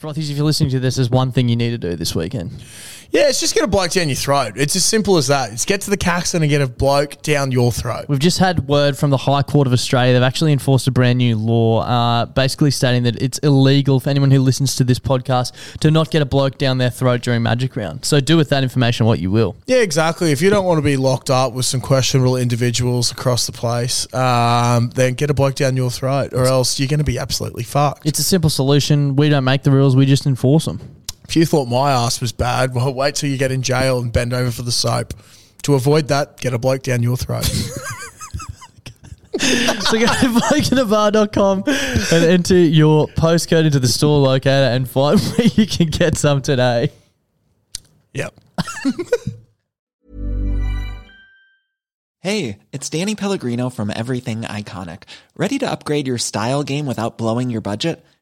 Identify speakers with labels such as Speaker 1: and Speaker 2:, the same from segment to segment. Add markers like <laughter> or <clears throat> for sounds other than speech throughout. Speaker 1: Frothies, if you're listening to this, there's one thing you need to do this weekend.
Speaker 2: Yeah, it's just get a bloke down your throat. It's as simple as that. It's get to the Caxton and get a bloke down your throat.
Speaker 1: We've just had word from the High Court of Australia. They've actually enforced a brand new law, uh, basically stating that it's illegal for anyone who listens to this podcast to not get a bloke down their throat during Magic Round. So do with that information what you will.
Speaker 2: Yeah, exactly. If you don't want to be locked up with some questionable individuals across the place, um, then get a bloke down your throat, or else you're going to be absolutely fucked.
Speaker 1: It's a simple solution. We don't make the rules, we just enforce them.
Speaker 2: If you thought my ass was bad, well, wait till you get in jail and bend over for the soap. To avoid that, get a bloke down your throat.
Speaker 1: <laughs> so go <laughs> to blokeinabar.com and enter your postcode into the store locator and find <laughs> where you can get some today.
Speaker 2: yep.
Speaker 3: Hey, it's Danny Pellegrino from Everything Iconic. Ready to upgrade your style game without blowing your budget?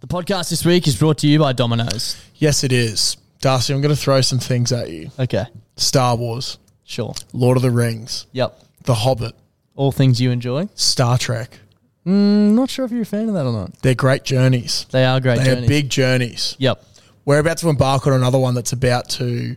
Speaker 1: The podcast this week is brought to you by Domino's.
Speaker 2: Yes, it is. Darcy, I'm going to throw some things at you
Speaker 1: Okay,
Speaker 2: Star Wars,
Speaker 1: sure.
Speaker 2: Lord of the Rings,
Speaker 1: Yep.
Speaker 2: The Hobbit,
Speaker 1: All things you enjoy.
Speaker 2: Star Trek.
Speaker 1: Mm, not sure if you're a fan of that or not.
Speaker 2: They're great journeys.
Speaker 1: They are great
Speaker 2: They
Speaker 1: journeys.
Speaker 2: are big journeys.
Speaker 1: Yep.
Speaker 2: We're about to embark on another one that's about to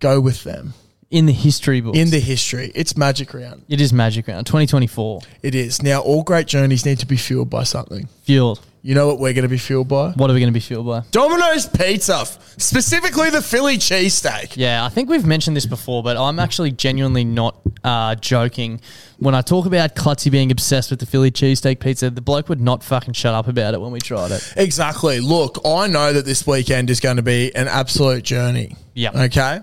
Speaker 2: go with them
Speaker 1: In the history books.
Speaker 2: in the history. It's Magic Round.
Speaker 1: it is Magic Round 2024.
Speaker 2: It is. Now, all great journeys need to be fueled by something.
Speaker 1: Fueled.
Speaker 2: You know what we're going to be fueled by?
Speaker 1: What are we going to be fueled by?
Speaker 2: Domino's Pizza, specifically the Philly cheesesteak.
Speaker 1: Yeah, I think we've mentioned this before, but I'm actually genuinely not uh, joking. When I talk about Klutzy being obsessed with the Philly cheesesteak pizza, the bloke would not fucking shut up about it when we tried it.
Speaker 2: Exactly. Look, I know that this weekend is going to be an absolute journey.
Speaker 1: Yeah.
Speaker 2: Okay.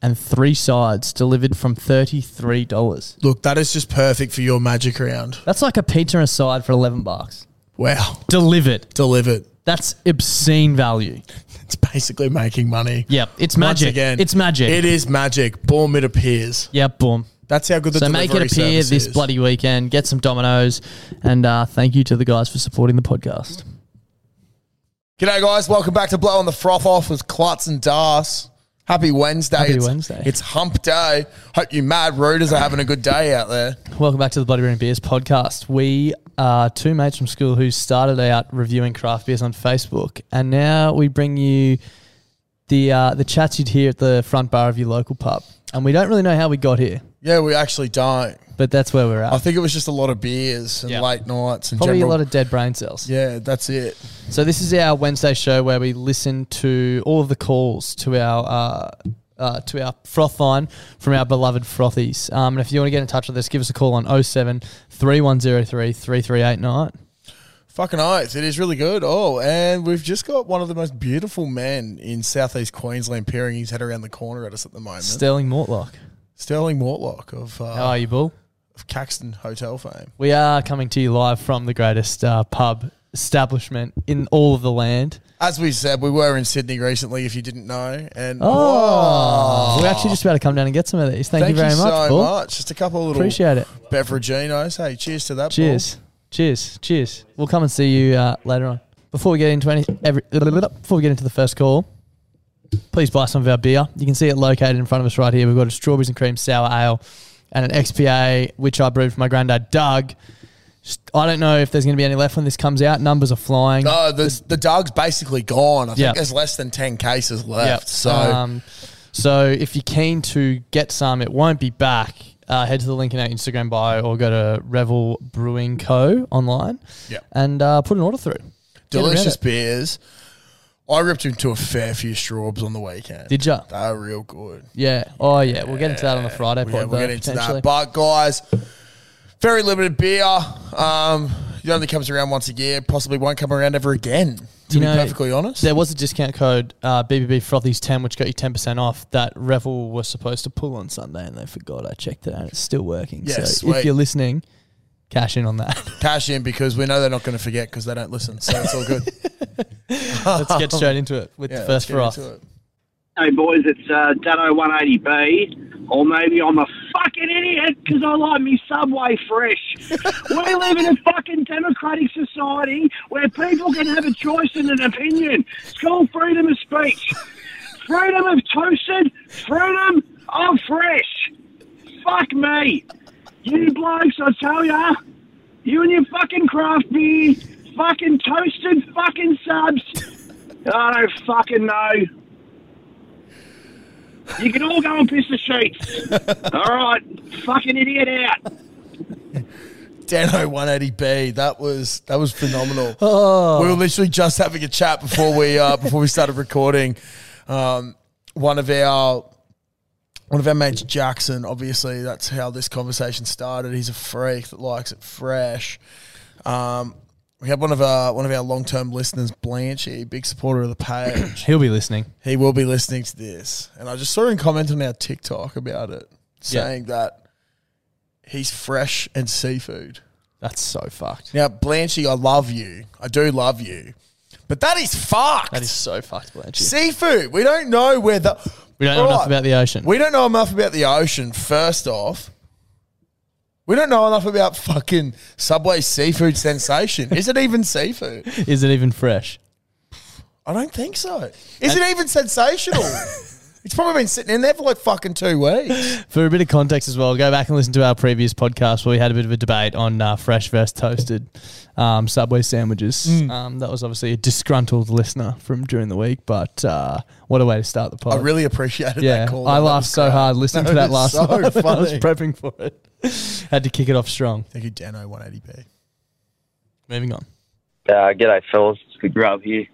Speaker 1: and three sides delivered from thirty-three dollars.
Speaker 2: Look, that is just perfect for your Magic Round.
Speaker 1: That's like a pizza and a side for eleven bucks.
Speaker 2: <laughs> Wow.
Speaker 1: Delivered.
Speaker 2: Delivered.
Speaker 1: That's obscene value.
Speaker 2: It's basically making money.
Speaker 1: Yep, it's
Speaker 2: Once
Speaker 1: magic.
Speaker 2: again,
Speaker 1: it's magic.
Speaker 2: It is magic. Boom, it appears.
Speaker 1: Yep, boom.
Speaker 2: That's how good the
Speaker 1: So
Speaker 2: delivery
Speaker 1: make it appear
Speaker 2: service
Speaker 1: this
Speaker 2: is.
Speaker 1: bloody weekend. Get some dominoes, and uh, thank you to the guys for supporting the podcast.
Speaker 2: G'day, guys. Welcome back to Blow on the Froth Off with Klutz and Das. Happy Wednesday.
Speaker 1: Happy
Speaker 2: it's,
Speaker 1: Wednesday.
Speaker 2: It's hump day. Hope you mad rooters are having a good day out there.
Speaker 1: Welcome back to the Bloody Room Beers podcast. We are two mates from school who started out reviewing craft beers on Facebook, and now we bring you the uh, the chats you'd hear at the front bar of your local pub. And we don't really know how we got here,
Speaker 2: Yeah, we actually don't.
Speaker 1: but that's where we're at.
Speaker 2: I think it was just a lot of beers and
Speaker 1: Yeah.
Speaker 2: late nights and
Speaker 1: Probably
Speaker 2: general.
Speaker 1: a lot of dead brain cells.
Speaker 2: yeah, that's it.
Speaker 1: So this is our Wednesday show where we listen to all of the calls to our uh, uh, to our froth line from our beloved frothies. Um, and if you want to get in touch with us, give us a call on 07 3103 3389.
Speaker 2: Fucking oath. It is really good. Oh, and we've just got one of the most beautiful men in southeast Queensland peering his head around the corner at us at the moment.
Speaker 1: Sterling Mortlock.
Speaker 2: Sterling Mortlock of, uh,
Speaker 1: How are you, Bull?
Speaker 2: of Caxton Hotel fame.
Speaker 1: We are coming to you live from the greatest uh, pub establishment in all of the land.
Speaker 2: As we said, we were in Sydney recently, if you didn't know. And
Speaker 1: We're Oh, actually just about to come down and get some of these. Thank,
Speaker 2: thank
Speaker 1: you very much,
Speaker 2: so
Speaker 1: Bull.
Speaker 2: much. Just a couple of little
Speaker 1: Appreciate it.
Speaker 2: beveraginos. Hey, cheers to that.
Speaker 1: Cheers. Cheers. Cheers. We'll come and see you uh, later on. Before we get into any, every, before we get into the first call, please buy some of our beer. You can see it located in front of us right here. We've got a strawberries and cream sour ale and an XPA, which I brewed for my granddad Doug. Just- I don't know if there's going to be any left when this comes out. Numbers are flying.
Speaker 2: Bull. No, the, the dog's basically gone. I think
Speaker 1: Yeah.
Speaker 2: there's less than 10 cases
Speaker 1: Yep.
Speaker 2: left. So
Speaker 1: Um, so if you're keen to get some, it won't be back. Uh, head to the link in our Instagram bio or go to Revel Brewing Co. online
Speaker 2: Yep.
Speaker 1: and uh, put an order through. Get around
Speaker 2: delicious
Speaker 1: it.
Speaker 2: beers. I ripped into a fair few straws on the weekend.
Speaker 1: Did ya?
Speaker 2: They were real good.
Speaker 1: Yeah. Oh yeah. We'll get into that on the Friday pod.
Speaker 2: Yeah, we'll
Speaker 1: though,
Speaker 2: get into
Speaker 1: potentially.
Speaker 2: that. But guys, very limited beer. Um, it only comes around once a year. Possibly won't come around ever again. To
Speaker 1: You
Speaker 2: be
Speaker 1: know,
Speaker 2: perfectly honest,
Speaker 1: There was a discount code uh, BBB Frothies ten, which got you ten percent off. That Revel was supposed to pull on Sunday, and they forgot. I checked it, and it's still working.
Speaker 2: Yeah,
Speaker 1: so
Speaker 2: sweet.
Speaker 1: if you're listening, cash in on that. <laughs>
Speaker 2: cash in because we know they're not going to forget because they don't listen. So it's all good.
Speaker 1: <laughs> Let's get straight into it
Speaker 2: <laughs>
Speaker 1: with
Speaker 2: Yeah,
Speaker 1: the
Speaker 2: let's
Speaker 1: first
Speaker 2: get
Speaker 1: froth.
Speaker 2: into it.
Speaker 4: Hey boys, it's uh, Dado 180B, or maybe I'm a fucking idiot because I like me Subway fresh. we live in a fucking democratic society where people can have a choice and an opinion. It's called freedom of speech, freedom of toasted, freedom of fresh. Fuck me, you blokes! I tell ya, you and your fucking craft beer, fucking toasted, fucking subs. I don't fucking know. You can all go and piss the sheets.
Speaker 2: <laughs>
Speaker 4: all right, fucking idiot out.
Speaker 2: Dano 180B. That was that was
Speaker 1: <laughs>
Speaker 2: phenomenal.
Speaker 1: Oh.
Speaker 2: We were literally just having a chat before we uh, before we started recording. Um, one of our one of our mates, Jackson. Obviously, that's how this conversation started. He's a freak that likes it fresh. Um, we had one of our one of our long term listeners, Blanchy, big supporter of the page.
Speaker 1: He'll be listening.
Speaker 2: he will be listening to this, and I just saw him comment on our TikTok about it,
Speaker 1: Yeah.
Speaker 2: saying that he's fresh and seafood.
Speaker 1: That's so fucked.
Speaker 2: Now, Blanchy, I love you. I do love you. But that is fucked.
Speaker 1: That is so fucked, Blanche.
Speaker 2: seafood. We don't know where the.
Speaker 1: we don't know
Speaker 2: Alright.
Speaker 1: enough about the ocean.
Speaker 2: We don't know enough about the ocean, first off. We don't know enough about fucking Subway seafood sensation. Is it even seafood?
Speaker 1: <laughs> Is it even fresh?
Speaker 2: I don't think so. Is it even
Speaker 1: <laughs>
Speaker 2: sensational? it's probably been sitting in there for like fucking two weeks.
Speaker 1: For a bit of context as well, go back and listen to our previous podcast where we had a bit of a debate on uh, fresh versus toasted um, Subway sandwiches.
Speaker 2: Mm.
Speaker 1: Um, that was obviously a disgruntled listener from during the week, but uh, what a way to start the
Speaker 2: I
Speaker 1: pod.
Speaker 2: really appreciated
Speaker 1: yeah,
Speaker 2: that call.
Speaker 1: I
Speaker 2: That
Speaker 1: laughed
Speaker 2: was
Speaker 1: so
Speaker 2: great.
Speaker 1: hard
Speaker 2: <laughs>
Speaker 1: listening
Speaker 2: That
Speaker 1: to that
Speaker 2: was
Speaker 1: last
Speaker 2: so
Speaker 1: time. <laughs> I was
Speaker 2: funny.
Speaker 1: prepping for it. Had to kick it off strong.
Speaker 2: Thank you, Dano 180p.
Speaker 1: Moving on.
Speaker 5: Uh, g'day, fellas. It's good grub here.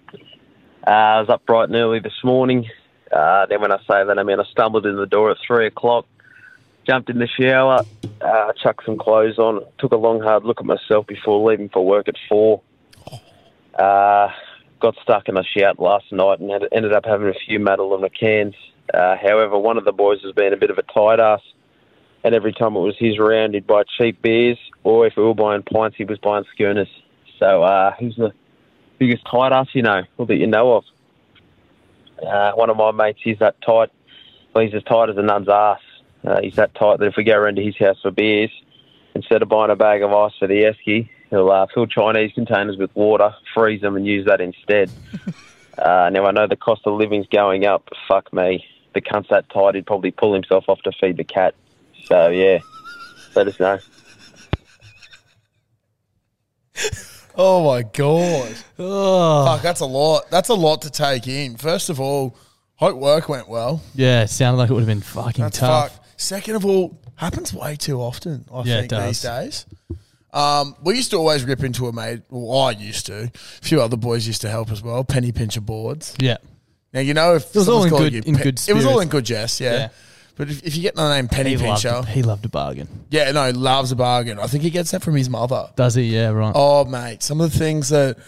Speaker 5: Uh, I was up bright and early this morning. Uh, then when I say that, I mean I stumbled in the door at three o'clock, jumped in the shower, uh, chucked some clothes on, took a long hard look at myself before leaving for work at four. Uh, got stuck in a shout last night and had, ended up having a few Madeline McCanns. Uh, however, one of the boys has been a bit of a tight ass, and every time it was his round, he'd buy cheap beers, or if we were buying pints, he was buying schooners. So uh, he's the biggest tight ass you know, or that you know of. Uh, one of my mates, he's that tight. Well, he's as tight as a nun's ass. Uh, he's that tight that if we go around to his house for beers, instead of buying a bag of ice for the esky, he'll uh, fill Chinese containers with water, freeze them, and use that instead. uh, now I know the cost of living's going up. But fuck me, the cunt's that tight. He'd probably pull himself off to feed the cat. So yeah, let us know.
Speaker 2: Oh my god.
Speaker 1: Oh,
Speaker 2: Fuck, that's a lot. That's a lot to take in. First of all, hope work went well.
Speaker 1: yeah, it sounded like it would have been fucking
Speaker 2: That's
Speaker 1: tough.
Speaker 2: fuck. Second of all, happens way too often, I
Speaker 1: Yeah, it
Speaker 2: think, these
Speaker 1: does.
Speaker 2: days. Um, we used to always rip into a mate. Well, I used to. A few other boys used to help as well. Penny pincher boards.
Speaker 1: Yeah.
Speaker 2: Now you know if it
Speaker 1: was all in good- in good
Speaker 2: It was all
Speaker 1: spirits.
Speaker 2: in good jest, yeah.
Speaker 1: Yeah.
Speaker 2: But if, if you get the name Penny
Speaker 1: He loved,
Speaker 2: Pincher,
Speaker 1: he loved a bargain.
Speaker 2: yeah, no, loves a bargain. I think he gets that from his mother.
Speaker 1: Does he? Yeah, right.
Speaker 2: Oh, mate, some of the things that.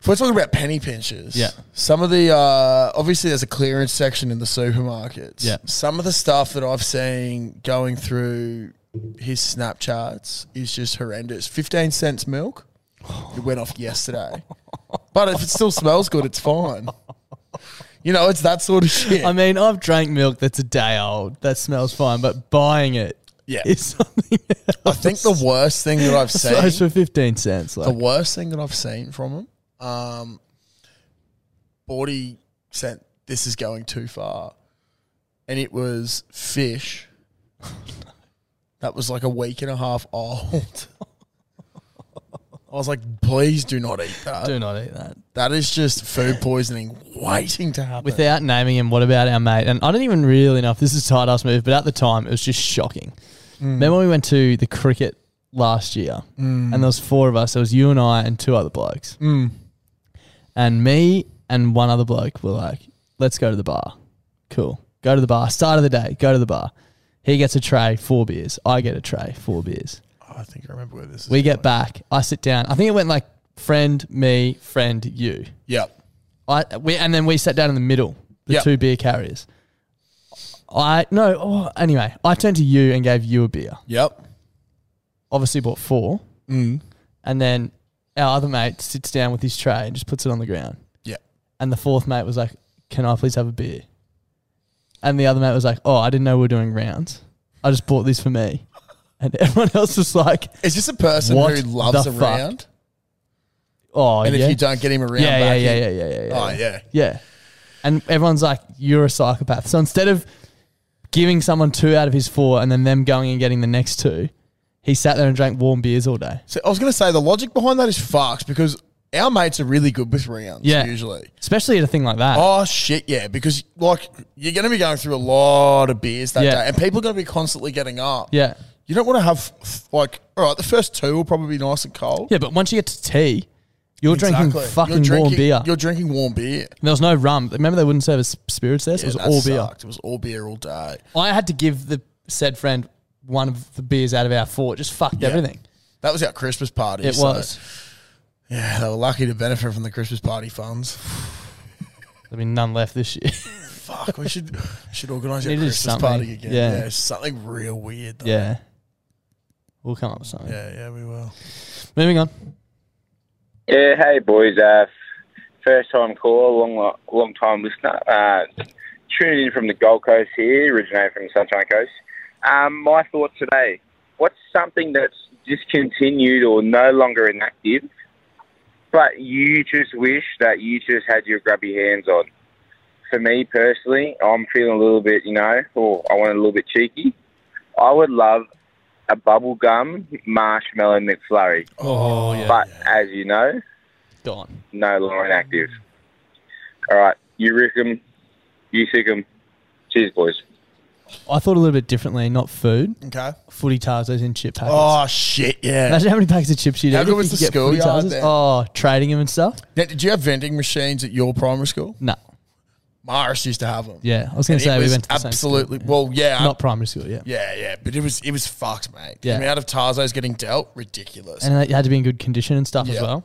Speaker 2: If we're talking about penny pinchers,
Speaker 1: Yeah.
Speaker 2: Some of the uh, obviously there's a clearance section in the supermarkets.
Speaker 1: Yeah.
Speaker 2: Some of the stuff that I've seen going through his Snapchats is just horrendous. Fifteen cents milk. It went off
Speaker 1: <laughs>
Speaker 2: yesterday, but if it still smells good, it's fine. You know, it's that sort of shit.
Speaker 1: I mean, I've drank milk that's a day old. That smells fine, but buying it
Speaker 2: yeah,
Speaker 1: is <laughs> something
Speaker 2: I think the worst thing that I've seen.
Speaker 1: else for 15 cents. Like,
Speaker 2: the worst thing that I've seen from him, um, Bordy sent this is going too far, and it was
Speaker 1: <laughs>
Speaker 2: fish that was like a week and a half old. <laughs> I was like, please do not eat that.
Speaker 1: do not eat that.
Speaker 2: That is just food poisoning waiting to happen.
Speaker 1: Without naming him, what about our mate? And I don't even really know if this is a tight ass move, but at the time, it was just shocking. Remember when we went to the cricket last year, and there was four of us. There was you and I and two other blokes. And me and one other bloke were like, let's go to the bar. Cool. Go to the bar. Start of the day, go to the bar. He gets a tray, four beers. I get a tray, four beers.
Speaker 2: Oh, I think I remember where this is.
Speaker 1: We get <laughs> back. I sit down. I think it went like friend, me, friend, you.
Speaker 2: Yep.
Speaker 1: I we and then we sat down in the middle, the
Speaker 2: Yep.
Speaker 1: two beer carriers. I no. Oh, anyway, I turned to you and gave you a beer.
Speaker 2: Yep.
Speaker 1: Obviously, bought four, mm. and then our other mate sits down with his tray and just puts it on the ground.
Speaker 2: Yep.
Speaker 1: And the fourth mate was like, "Can I please have a beer?" And the other mate was like, "Oh, I didn't know we were doing rounds. I just bought this for me." And everyone else was like,
Speaker 2: Is this a person
Speaker 1: What
Speaker 2: who loves
Speaker 1: the
Speaker 2: a
Speaker 1: fuck?
Speaker 2: round?
Speaker 1: "Oh,
Speaker 2: And
Speaker 1: yeah.
Speaker 2: if you don't get him around,
Speaker 1: yeah, yeah,
Speaker 2: back,
Speaker 1: yeah,
Speaker 2: he-
Speaker 1: yeah, yeah, yeah, yeah.
Speaker 2: Oh yeah.
Speaker 1: Yeah. And everyone's like, you're a psychopath. So instead of giving someone two out of his four and then them going and getting the next two, he sat there and drank warm beers all day.
Speaker 2: So I was going to say the logic behind that is fucked because our mates are really good with rounds
Speaker 1: Yeah. Ah.
Speaker 2: usually.
Speaker 1: Especially at a thing like that.
Speaker 2: Oh shit, yeah, because like you're going to be going through a lot of beers that
Speaker 1: Yeah.
Speaker 2: day, and people are going to be constantly getting up.
Speaker 1: Yeah.
Speaker 2: You don't want to have f- like all right, the first two will probably be nice and cold.
Speaker 1: Yeah, but once you get to tea, you're drinking
Speaker 2: Exactly.
Speaker 1: fucking
Speaker 2: You're drinking-
Speaker 1: warm beer.
Speaker 2: You're drinking warm beer.
Speaker 1: There was no rum. Remember they wouldn't serve us spirits there, so
Speaker 2: Yeah,
Speaker 1: it was
Speaker 2: that
Speaker 1: all beer.
Speaker 2: sucked. It was all beer all day.
Speaker 1: I had to give the said friend one of the beers out of our four. It just fucked everything.
Speaker 2: That was our Christmas party.
Speaker 1: It
Speaker 2: so-
Speaker 1: was.
Speaker 2: Yeah, they were lucky to benefit from the Christmas party funds.
Speaker 1: <sighs> There'll be none left
Speaker 2: <laughs>
Speaker 1: this year.
Speaker 2: Fuck, we should <laughs> should organise our
Speaker 1: Needed
Speaker 2: Christmas
Speaker 1: something.
Speaker 2: party again.
Speaker 1: Yeah.
Speaker 2: Yeah. something real weird. Though.
Speaker 1: yeah. We'll come up with something.
Speaker 2: yeah, yeah, we will.
Speaker 1: Moving on.
Speaker 6: Yeah, hey boys. Uh, first time caller, long long time listener. Uh, tuning in from the Gold Coast here, originated from the Sunshine Coast. Um, my thoughts today: What's something that's discontinued or no longer inactive, but you just wish that you just had your grubby hands on? For me personally, I'm feeling a little bit, you know, or I want a little bit cheeky. I would love a bubble gum marshmallow McFlurry,
Speaker 1: Oh, yeah.
Speaker 6: but as you know
Speaker 1: Gone.
Speaker 6: no longer inactive. All right, you rick 'em, you sick 'em. Cheers, boys.
Speaker 1: I thought a little bit differently, not food.
Speaker 2: Okay.
Speaker 1: Footy Tarzos in chip packets.
Speaker 2: Oh shit, yeah.
Speaker 1: Imagine how many packets of chips you'd
Speaker 2: How
Speaker 1: eat
Speaker 2: good
Speaker 1: if
Speaker 2: was
Speaker 1: you
Speaker 2: the
Speaker 1: could get
Speaker 2: schoolyard
Speaker 1: Footy Tarzos.
Speaker 2: then?
Speaker 1: Oh, trading them and stuff?
Speaker 2: Now, did you have vending machines at your primary school?
Speaker 1: No.
Speaker 2: Morris used to have them.
Speaker 1: Yeah, I was going
Speaker 2: And
Speaker 1: to say
Speaker 2: it
Speaker 1: we
Speaker 2: was
Speaker 1: went to the same school.
Speaker 2: absolutely well, yeah,
Speaker 1: Not primary school, yeah.
Speaker 2: yeah, yeah. But it was it was fucked, mate.
Speaker 1: Yeah.
Speaker 2: The amount of Tarzos getting dealt, ridiculous.
Speaker 1: And it had to be in good condition and stuff as
Speaker 2: Yeah.
Speaker 1: well.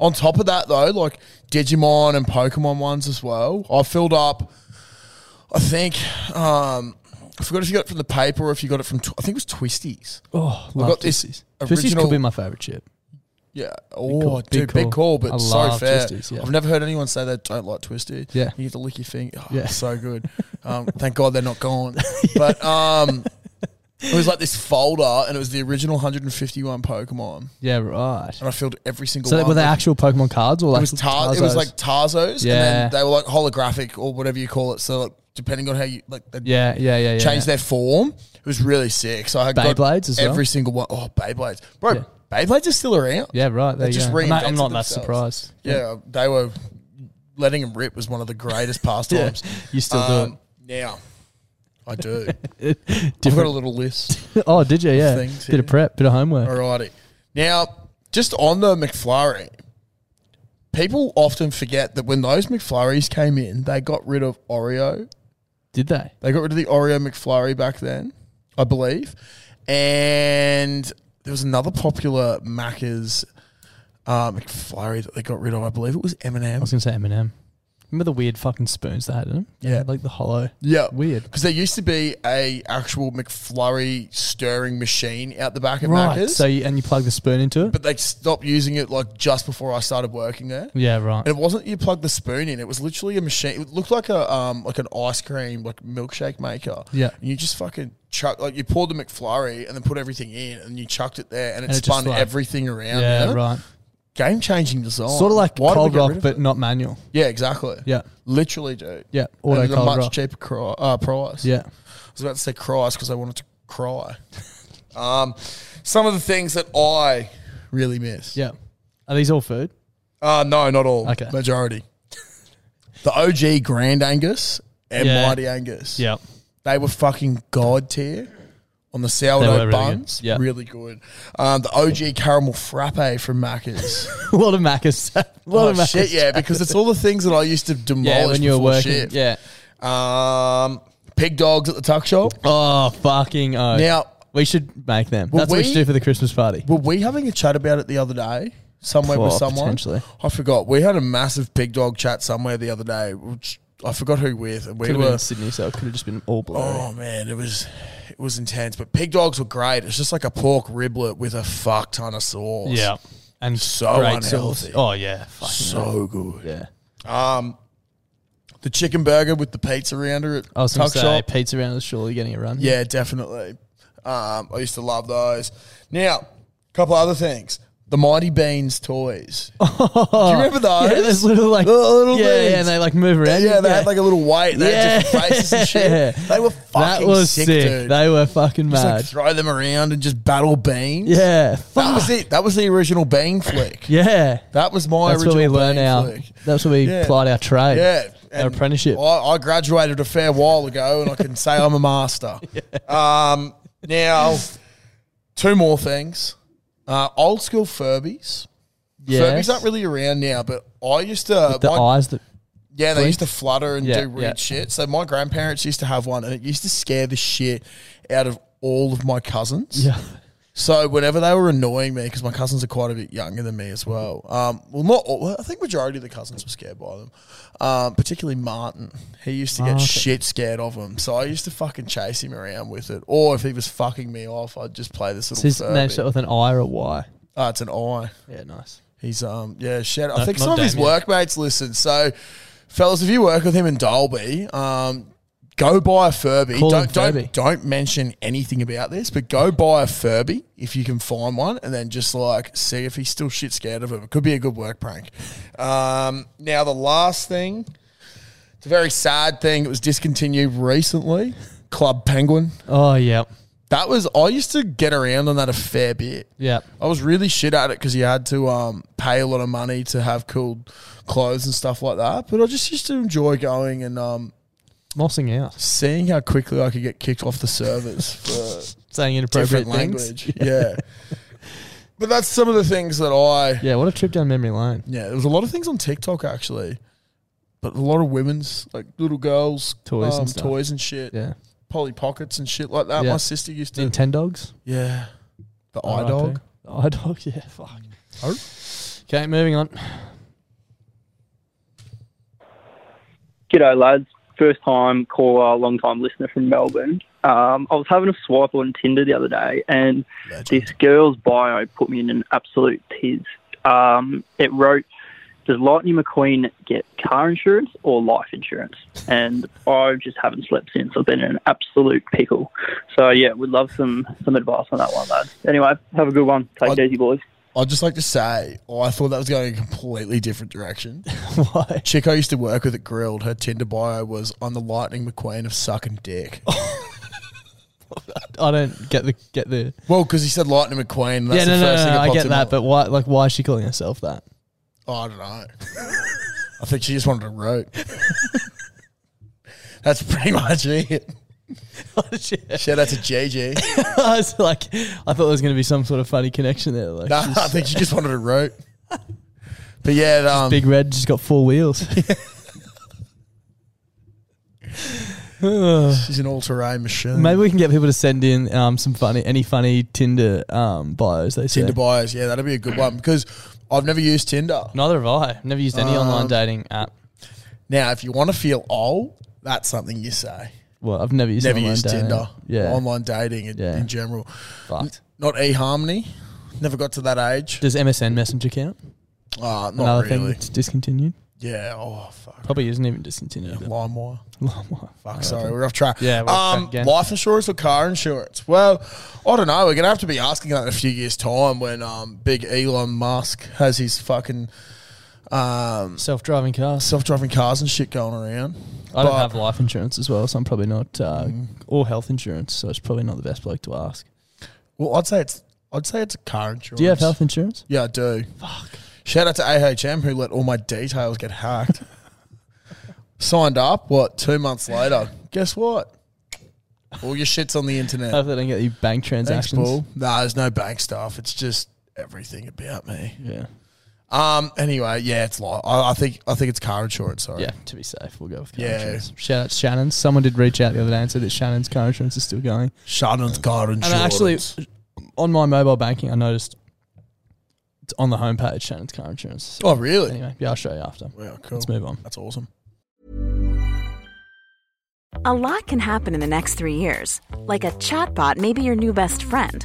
Speaker 2: On top of that, though, like Digimon and Pokemon ones as well. I filled up, I think, um, I forgot if you got it from the paper or if you got it from, tw- I think it was Twisties.
Speaker 1: Oh,
Speaker 2: I
Speaker 1: love
Speaker 2: got this
Speaker 1: Twisties. Twisties
Speaker 2: original-
Speaker 1: could be my favourite chip.
Speaker 2: Yeah.
Speaker 1: Big
Speaker 2: Oh,
Speaker 1: call,
Speaker 2: dude,
Speaker 1: big
Speaker 2: big
Speaker 1: call.
Speaker 2: call,
Speaker 1: I
Speaker 2: but so
Speaker 1: love
Speaker 2: fair.
Speaker 1: Twisties, yeah.
Speaker 2: I've never heard anyone say they don't like Twisty.
Speaker 1: Yeah.
Speaker 2: You get to lick your finger. Oh,
Speaker 1: Yeah.
Speaker 2: So
Speaker 1: <laughs>
Speaker 2: good. Um, thank God they're not gone. But um, it was like this folder and it was the original 151 Pokemon.
Speaker 1: Yeah, right.
Speaker 2: And I filled every single
Speaker 1: So
Speaker 2: one.
Speaker 1: were they
Speaker 2: with-
Speaker 1: actual Pokemon cards or like
Speaker 2: It was tar- it was
Speaker 1: Tarzos?
Speaker 2: like Tarzos, and
Speaker 1: Yeah.
Speaker 2: then they were like holographic or whatever you call it. So like, depending on how you like, they
Speaker 1: yeah, yeah, yeah, yeah.
Speaker 2: changed their form. It was really sick. So I got
Speaker 1: Beyblades as well?
Speaker 2: every single one. Oh, Beyblades, bro!
Speaker 1: Yeah.
Speaker 2: Beyblades are still around.
Speaker 1: Yeah, right.
Speaker 2: They
Speaker 1: There you
Speaker 2: just
Speaker 1: go. I'm not, I'm
Speaker 2: reinvented
Speaker 1: not that
Speaker 2: themselves.
Speaker 1: surprised.
Speaker 2: yeah, they were letting them rip was one of the greatest
Speaker 1: <laughs> Yeah.
Speaker 2: pastimes.
Speaker 1: You still
Speaker 2: Um, now I
Speaker 1: <laughs>
Speaker 2: do.
Speaker 1: do it.
Speaker 2: I've got a
Speaker 1: Different.
Speaker 2: little list.
Speaker 1: <laughs> oh, did you? Yeah.
Speaker 2: things
Speaker 1: Bit of
Speaker 2: here.
Speaker 1: prep, bit of homework.
Speaker 2: Alrighty. Now, just on the McFlurry, people often forget that when those McFlurries came in, they got rid of Oreo.
Speaker 1: Did they?
Speaker 2: They got rid of the Oreo McFlurry back then, I believe. And there was another popular Macca's uh, McFlurry that they got rid of. I believe it was
Speaker 1: I was
Speaker 2: M&M's.
Speaker 1: gonna say M&M. Remember the weird fucking spoons they had in them?
Speaker 2: Yeah.
Speaker 1: like the hollow.
Speaker 2: Yeah,
Speaker 1: Weird.
Speaker 2: Because there used to be a actual McFlurry stirring machine out the back of
Speaker 1: Right.
Speaker 2: Macca's,
Speaker 1: So you, and you plug the spoon into it.
Speaker 2: but they stopped using it like just before I started working there.
Speaker 1: yeah. Right.
Speaker 2: And it wasn't you plug the spoon in; it was literally a machine. It looked like a um like an ice cream like milkshake maker.
Speaker 1: Yeah.
Speaker 2: and you just fucking chuck like you poured the McFlurry and then put everything in and you chucked it there and it
Speaker 1: And it just
Speaker 2: spun
Speaker 1: like-
Speaker 2: everything around.
Speaker 1: yeah.
Speaker 2: you know?
Speaker 1: Right.
Speaker 2: Game changing design.
Speaker 1: Sort of like
Speaker 2: oh, Why did we
Speaker 1: cold
Speaker 2: get
Speaker 1: rock,
Speaker 2: rid of
Speaker 1: but
Speaker 2: it?
Speaker 1: not manual.
Speaker 2: yeah, exactly.
Speaker 1: Yeah.
Speaker 2: literally, dude.
Speaker 1: Yeah. Auto
Speaker 2: and at a
Speaker 1: cold
Speaker 2: much
Speaker 1: rock.
Speaker 2: cheaper cri- uh, price.
Speaker 1: Yeah.
Speaker 2: I was about to say cries because I wanted to cry. <laughs> um, some of the things that I really miss.
Speaker 1: Yeah. Are these all food?
Speaker 2: Uh, no, not all.
Speaker 1: Okay. <laughs>
Speaker 2: Majority. the OG Grand Angus and
Speaker 1: Yeah.
Speaker 2: Mighty Angus.
Speaker 1: Yeah.
Speaker 2: They were fucking god tier. on the
Speaker 1: They were
Speaker 2: sourdough
Speaker 1: really
Speaker 2: buns.
Speaker 1: good. Yeah.
Speaker 2: Really good. Um, the OG caramel frappe from Macca's.
Speaker 1: a lot of Macca's. <laughs> a lot
Speaker 2: oh,
Speaker 1: of Macca's.
Speaker 2: shit, yeah, because it's all the things that I used to demolish
Speaker 1: Yeah, when you were
Speaker 2: before
Speaker 1: working.
Speaker 2: shift.
Speaker 1: Yeah.
Speaker 2: Um, pig dogs at the tuck shop.
Speaker 1: Oh, fucking oh.
Speaker 2: Now-
Speaker 1: we should make them.
Speaker 2: Well,
Speaker 1: That's what we
Speaker 2: we-
Speaker 1: should do for the Christmas party.
Speaker 2: Were we having a chat about it the other day? Somewhere with
Speaker 1: Well,
Speaker 2: someone?
Speaker 1: potentially.
Speaker 2: I forgot. We had a massive pig dog chat somewhere the other day, which I forgot who with. And we
Speaker 1: Could have been
Speaker 2: were.
Speaker 1: in Sydney, so it could have just been all blue.
Speaker 2: Oh man, it was it was intense. But pig dogs were great. It's just like a pork riblet with a fuck ton of sauce.
Speaker 1: Yeah. And
Speaker 2: So
Speaker 1: great sauce.
Speaker 2: unhealthy.
Speaker 1: Oh yeah. Fucking
Speaker 2: So good. Um,
Speaker 1: yeah.
Speaker 2: The chicken burger with the pizza rounder at
Speaker 1: I was gonna
Speaker 2: Tuck
Speaker 1: say
Speaker 2: Shop.
Speaker 1: pizza round is surely getting a run. <laughs>
Speaker 2: Yeah, definitely. Um, I used to love those. Now, a couple other things. The Mighty Beans toys.
Speaker 1: Oh,
Speaker 2: Do you remember those?
Speaker 1: Yeah, there's little like
Speaker 2: The little
Speaker 1: yeah,
Speaker 2: beans.
Speaker 1: yeah, and they like move around.
Speaker 2: Yeah, they had like a little weight. They had
Speaker 1: <laughs> Yeah.
Speaker 2: different faces and shit. They were
Speaker 1: that
Speaker 2: fucking
Speaker 1: was
Speaker 2: sick,
Speaker 1: sick.
Speaker 2: dude.
Speaker 1: They were fucking
Speaker 2: just
Speaker 1: mad.
Speaker 2: like throw them around and just battle beans.
Speaker 1: yeah,
Speaker 2: That was
Speaker 1: fuck.
Speaker 2: it. That was the original bean flick.
Speaker 1: <laughs> Yeah,
Speaker 2: That was my
Speaker 1: that's where
Speaker 2: original
Speaker 1: we learn
Speaker 2: bean
Speaker 1: our.
Speaker 2: flick.
Speaker 1: That's where we
Speaker 2: Yeah.
Speaker 1: applied our trade.
Speaker 2: Yeah.
Speaker 1: our
Speaker 2: and
Speaker 1: apprenticeship.
Speaker 2: I, I graduated a fair while ago and I can say I'm a
Speaker 1: <laughs>
Speaker 2: master. Um, now, two more things. Uh, old school Furbies.
Speaker 1: Yes.
Speaker 2: Furbies aren't really around now, but I used to.
Speaker 1: the
Speaker 2: Uh, my-
Speaker 1: eyes that
Speaker 2: Yeah, they used to flutter and
Speaker 1: Yeah,
Speaker 2: do weird
Speaker 1: yeah.
Speaker 2: shit. So my grandparents used to have one, and it used to scare the shit out of all of my cousins.
Speaker 1: yeah.
Speaker 2: So whenever they were annoying me, because my cousins are quite a bit younger than me as well. Um, well, not all. I think majority of the cousins were scared by them, um, particularly Martin. He used
Speaker 1: Ah,
Speaker 2: to get shit scared of them, so I used to fucking chase him around with it. Or if he was fucking me off, I'd just play this little.
Speaker 1: His
Speaker 2: Furby.
Speaker 1: name start with an I or a Y.
Speaker 2: Oh, it's an eye.
Speaker 1: Yeah, nice.
Speaker 2: He's um yeah, shout I
Speaker 1: No,
Speaker 2: think
Speaker 1: not
Speaker 2: some of his
Speaker 1: Damien.
Speaker 2: workmates listen. So fellas, if you work with him in Dolby, um go buy a Furby.
Speaker 1: Call him
Speaker 2: don't don't
Speaker 1: Furby.
Speaker 2: don't mention anything about this, but go buy a Furby if you can find one and then just like see if he's still shit scared of him. It could be a good work prank. Um now the last thing, it's a very sad thing. It was discontinued recently. Club Penguin.
Speaker 1: Oh yeah,
Speaker 2: That was I used to get around on that a fair bit.
Speaker 1: yeah.
Speaker 2: I was really shit at it because you had to um, pay a lot of money to have cool clothes and stuff like that. But I just used to enjoy going and um,
Speaker 1: Mossing out,
Speaker 2: seeing how quickly I could get kicked off the servers for
Speaker 1: <laughs> Uh, saying inappropriate
Speaker 2: different
Speaker 1: things. <laughs>
Speaker 2: language. Yeah. but that's some of the things that I.
Speaker 1: Yeah, what a trip down memory lane.
Speaker 2: Yeah, there was a lot of things on TikTok actually, but a lot of women's like little girls um,
Speaker 1: Toys and stuff.
Speaker 2: toys and shit,
Speaker 1: Yeah,
Speaker 2: Polly pockets and shit like that.
Speaker 1: Yeah.
Speaker 2: Uh, My sister used to.
Speaker 1: Nintendogs.
Speaker 2: yeah. The eye dog.
Speaker 1: Eye dog. <laughs> Yeah, fuck.
Speaker 2: Oh.
Speaker 1: Okay, moving on.
Speaker 7: G'day, lads. First time caller, long time listener from Melbourne. Um, I was having a swipe on Tinder the other day, and
Speaker 2: Legend.
Speaker 7: this girl's bio put me in an absolute tiz. Um, it wrote, "Does Lightning McQueen get car insurance or life insurance?" And I just haven't slept since. I've been in an absolute pickle. So yeah, we'd love some some advice on that one, lads. Anyway, have a good one. Take it easy, boys.
Speaker 2: I'd just like to say, oh, I thought that was going a completely different direction.
Speaker 1: <laughs> Why?
Speaker 2: Chick I used to work with at Grilled, her Tinder bio was "I'm the Lightning McQueen of sucking
Speaker 1: <laughs>
Speaker 2: dick."
Speaker 1: I don't get the get the.
Speaker 2: well, because he said Lightning McQueen. and
Speaker 1: yeah,
Speaker 2: That's
Speaker 1: no,
Speaker 2: the
Speaker 1: no,
Speaker 2: first
Speaker 1: no,
Speaker 2: thing
Speaker 1: no, I
Speaker 2: popped
Speaker 1: get
Speaker 2: in
Speaker 1: that,
Speaker 2: my-
Speaker 1: but why? Like, why is she calling herself that?
Speaker 2: oh, I don't know. I think she just wanted a rope. That's pretty much it. Shout out to JJ.
Speaker 1: <laughs> I was like, <laughs> I thought there was going to be some sort of funny connection there. Like,
Speaker 2: Nah,
Speaker 1: she's-
Speaker 2: I think she just wanted a rope. But yeah, um,
Speaker 1: <laughs> Big Red just got
Speaker 2: <laughs>
Speaker 1: four wheels.
Speaker 2: <sighs>
Speaker 1: <laughs>
Speaker 2: she's an all-terrain machine.
Speaker 1: Maybe we can get people to send in um, some funny, any funny Tinder um, bios they say.
Speaker 2: Tinder bios, yeah, that'd be a good one because I've never used Tinder. Um,
Speaker 1: Neither have I. Never used any online dating app.
Speaker 2: Now, if you want to feel old, that's something you say.
Speaker 1: Well, I've never used
Speaker 2: Never
Speaker 1: online
Speaker 2: used
Speaker 1: dating.
Speaker 2: Tinder.
Speaker 1: Yeah,
Speaker 2: Online dating in,
Speaker 1: Yeah.
Speaker 2: in general.
Speaker 1: fucked.
Speaker 2: Not eHarmony. Never got to that age.
Speaker 1: Does MSN Messenger count?
Speaker 2: Uh, not
Speaker 1: Another
Speaker 2: really.
Speaker 1: thing that's discontinued.
Speaker 2: Yeah. Oh, fuck.
Speaker 1: Probably isn't even discontinued. but-
Speaker 2: LimeWire.
Speaker 1: Fuck.
Speaker 2: Fuck, sorry, we're off track.
Speaker 1: Yeah, we're off
Speaker 2: um,
Speaker 1: track again.
Speaker 2: life insurance or car insurance? Well, I don't know. We're gonna have to be asking that in a few years' time when um, big Elon Musk has his fucking um,
Speaker 1: Self-driving cars.
Speaker 2: self-driving cars and shit going around.
Speaker 1: I
Speaker 2: But-
Speaker 1: don't
Speaker 2: Mm.
Speaker 1: have life insurance as well, so I'm probably not uh, or health insurance. So it's probably not the best bloke to ask.
Speaker 2: Well, I'd say it's I'd say it's car insurance.
Speaker 1: Do you have health insurance?
Speaker 2: Yeah, I do. Fuck. Shout out to AHM who let all my details get
Speaker 1: <laughs>
Speaker 2: hacked. Signed up, what, two months later? Guess what? All your shit's on the internet.
Speaker 1: Hopefully, they don't get you bank
Speaker 2: Thanks,
Speaker 1: transactions.
Speaker 2: Paul. Nah, there's no bank stuff. It's just everything about me.
Speaker 1: Yeah,
Speaker 2: Um. Anyway, yeah, it's like I, I think I think it's car insurance. Sorry.
Speaker 1: yeah. To be safe, we'll go with car
Speaker 2: Yeah.
Speaker 1: insurance. Shout out to Shannon's. Someone did reach out the other day and said that Shannon's car insurance is still going. Um,
Speaker 2: Shannon's car insurance.
Speaker 1: And I actually, on my mobile banking, I noticed it's on the homepage Shannon's car insurance. So
Speaker 2: Oh, really?
Speaker 1: anyway, yeah, I'll show you after.
Speaker 2: Wow, cool.
Speaker 1: Let's move on.
Speaker 2: That's awesome.
Speaker 8: A lot can happen in the next three years. Like a chatbot may be your new best friend.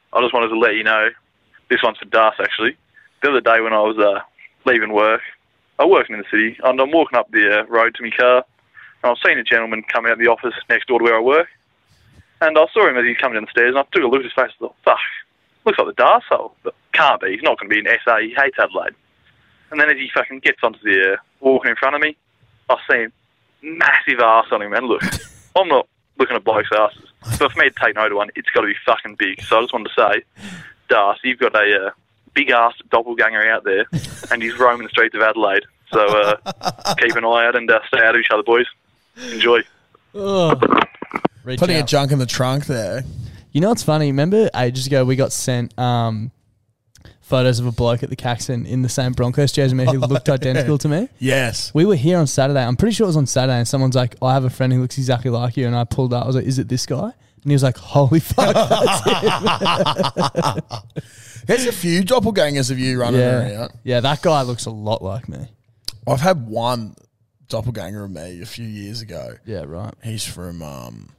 Speaker 9: I just wanted to let you know this one's for Das actually. The other day when I was uh, leaving work, I work in the city, and I'm walking up the uh, road to my car, and I've seen a gentleman come out of the office next door to where I work, and I saw him as he's coming down the stairs, and I took a look at his face and thought, fuck, looks like the Das hole. But can't be, he's not going to be an SA, he hates Adelaide. And then as he fucking gets onto the uh, walking in front of me, I see him, massive ass on him, and look, I'm not looking at blokes' asses. So for me to take note of one, it's got to be fucking big. So I just wanted to say, Das, you've got a uh, big ass doppelganger out there, and he's roaming the streets of Adelaide. So uh, keep an eye out and uh, stay out of each other, boys. Enjoy.
Speaker 1: Reach
Speaker 2: Putting
Speaker 1: out.
Speaker 2: a junk in the trunk there.
Speaker 1: You know what's funny? Remember ages ago we got sent um, photos of a bloke at the Caxton in the same Broncos
Speaker 2: <laughs>
Speaker 1: jersey man who looked identical to me.
Speaker 2: Yes.
Speaker 1: We were here on Saturday. I'm pretty sure it was on Saturday, and someone's like, "I have a friend who looks exactly like you," and I pulled up. I was like, "Is it this guy?" And he was like, "Holy fuck!" that's
Speaker 2: <laughs>
Speaker 1: it."
Speaker 2: There's a few doppelgangers of you running
Speaker 1: yeah,
Speaker 2: around.
Speaker 1: yeah, that guy looks a lot like me.
Speaker 2: I've had one doppelganger of me a few years ago.
Speaker 1: Yeah, right.
Speaker 2: He's from, um,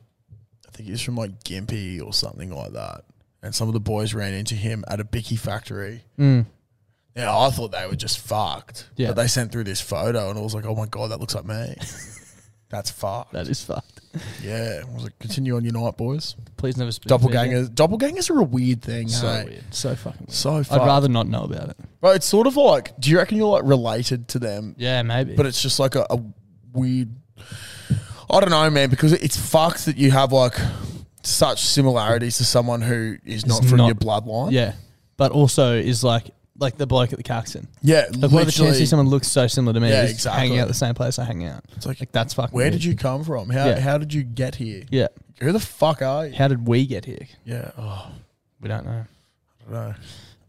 Speaker 2: I think he's from like Gympie or something like that. And some of the boys ran into him at a Bicky factory. Yeah, I thought they were just fucked.
Speaker 1: Hmm. Yeah.
Speaker 2: But they sent through this photo and I was like, oh my God, that looks like
Speaker 1: <laughs>
Speaker 2: me. That's fucked.
Speaker 1: That is fucked.
Speaker 2: yeah. I was like, continue on your night, boys.
Speaker 1: Please never speak. to me again.
Speaker 2: Doppelgangers. Doppelgangers are a weird thing.
Speaker 1: So
Speaker 2: hey?
Speaker 1: weird. So fucking weird.
Speaker 2: So
Speaker 1: I'd
Speaker 2: fucked.
Speaker 1: rather not know about it.
Speaker 2: But it's sort of like, do you reckon you're like related to them?
Speaker 1: Yeah, maybe.
Speaker 2: But it's just like a, a weird. I don't know, man, because it's fucked that you have like such similarities to someone who is not from
Speaker 1: not-
Speaker 2: your bloodline.
Speaker 1: yeah, but also is like like the bloke at the Caxton.
Speaker 2: yeah.
Speaker 1: Like, what are the chances
Speaker 2: literally.
Speaker 1: someone looks so similar to me?
Speaker 2: Yeah,
Speaker 1: is
Speaker 2: exactly.
Speaker 1: Hanging out the same place I hang out. It's
Speaker 2: like,
Speaker 1: like, that's fucking.
Speaker 2: Where
Speaker 1: weird.
Speaker 2: did you come from? How
Speaker 1: Yeah.
Speaker 2: how did you get here?
Speaker 1: Yeah.
Speaker 2: Who the fuck are you?
Speaker 1: How did we get here?
Speaker 2: Yeah. Oh,
Speaker 1: We don't know.
Speaker 2: I don't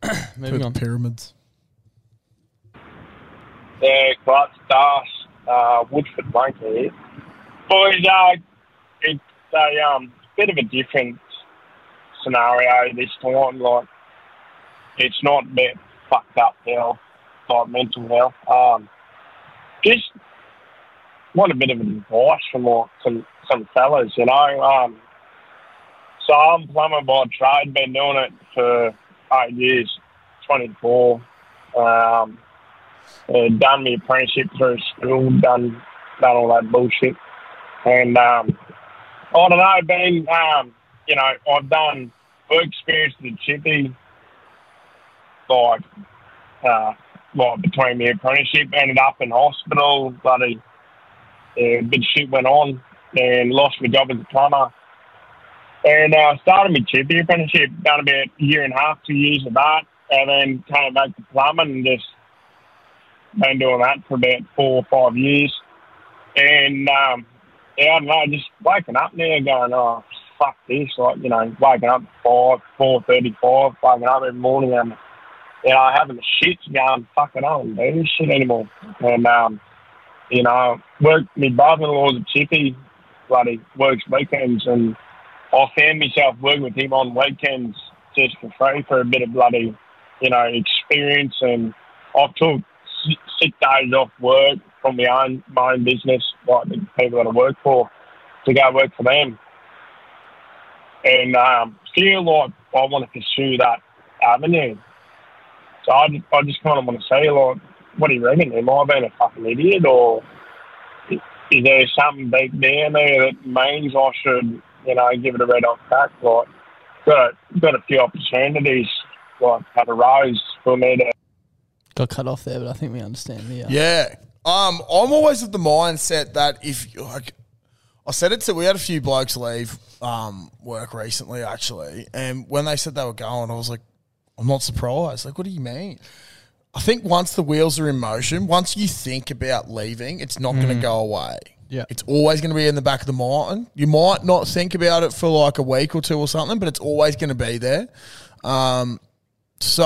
Speaker 2: know.
Speaker 1: <clears throat> Moving
Speaker 2: the
Speaker 1: on.
Speaker 2: pyramids.
Speaker 4: Yeah, Clark Dash, uh, Woodford Bunker here. Boys, uh, it's a um, bit of a different scenario this time. Like, it's not that fucked up health, like mental health. Um, just want a bit of advice from like, some, some fellas, you know. Um, so I'm plumber by trade, been doing it for eight years, 24. Um, uh, done my apprenticeship through school, done done all that bullshit, and um, I don't know, been um, you know I've done work experience in the chippy, like uh, like between my apprenticeship, ended up in hospital, bloody uh, big shit went on, and lost my job as a plumber. And uh, started my chippy apprenticeship, done about a year and a half, two years of that, and then came back to plumbing and just been doing that for about four or five years. And um, yeah, I don't know, just waking up now going, oh, fuck this. Like, you know, waking up at 5, 4.35, waking up every morning and, you know, having the shit going, fucking, I don't do this shit anymore. And, um, you know, work, my brother-in-law's a chippy, bloody, works weekends and
Speaker 10: I found myself working with him on weekends just for free for a bit of bloody, you know, experience. And I took si- sick days off work from my own my own business, like the people that I work for, to go work for them. And um, feel like I want to pursue that avenue. So I just, I just kind of want to say, like, what do you reckon? Am I being a fucking idiot, or i- is there something deep down there that means I should, you know, give it a red hot crack? Like, got got a few opportunities like that arose for me to
Speaker 1: Got cut off there, but I think we understand the. Uh,
Speaker 2: Yeah. Um, I'm always of the mindset that if like I said it to we had a few blokes leave um work recently actually, and when they said they were going, I was like, I'm not surprised. Like, what do you mean? I think once the wheels are in motion, once you think about leaving, it's not going to
Speaker 1: Mm.
Speaker 2: go away.
Speaker 1: Yeah.
Speaker 2: It's always going to be in the back of the mind. You might not think about it for like a week or two or something, but it's always going to be there. Um, so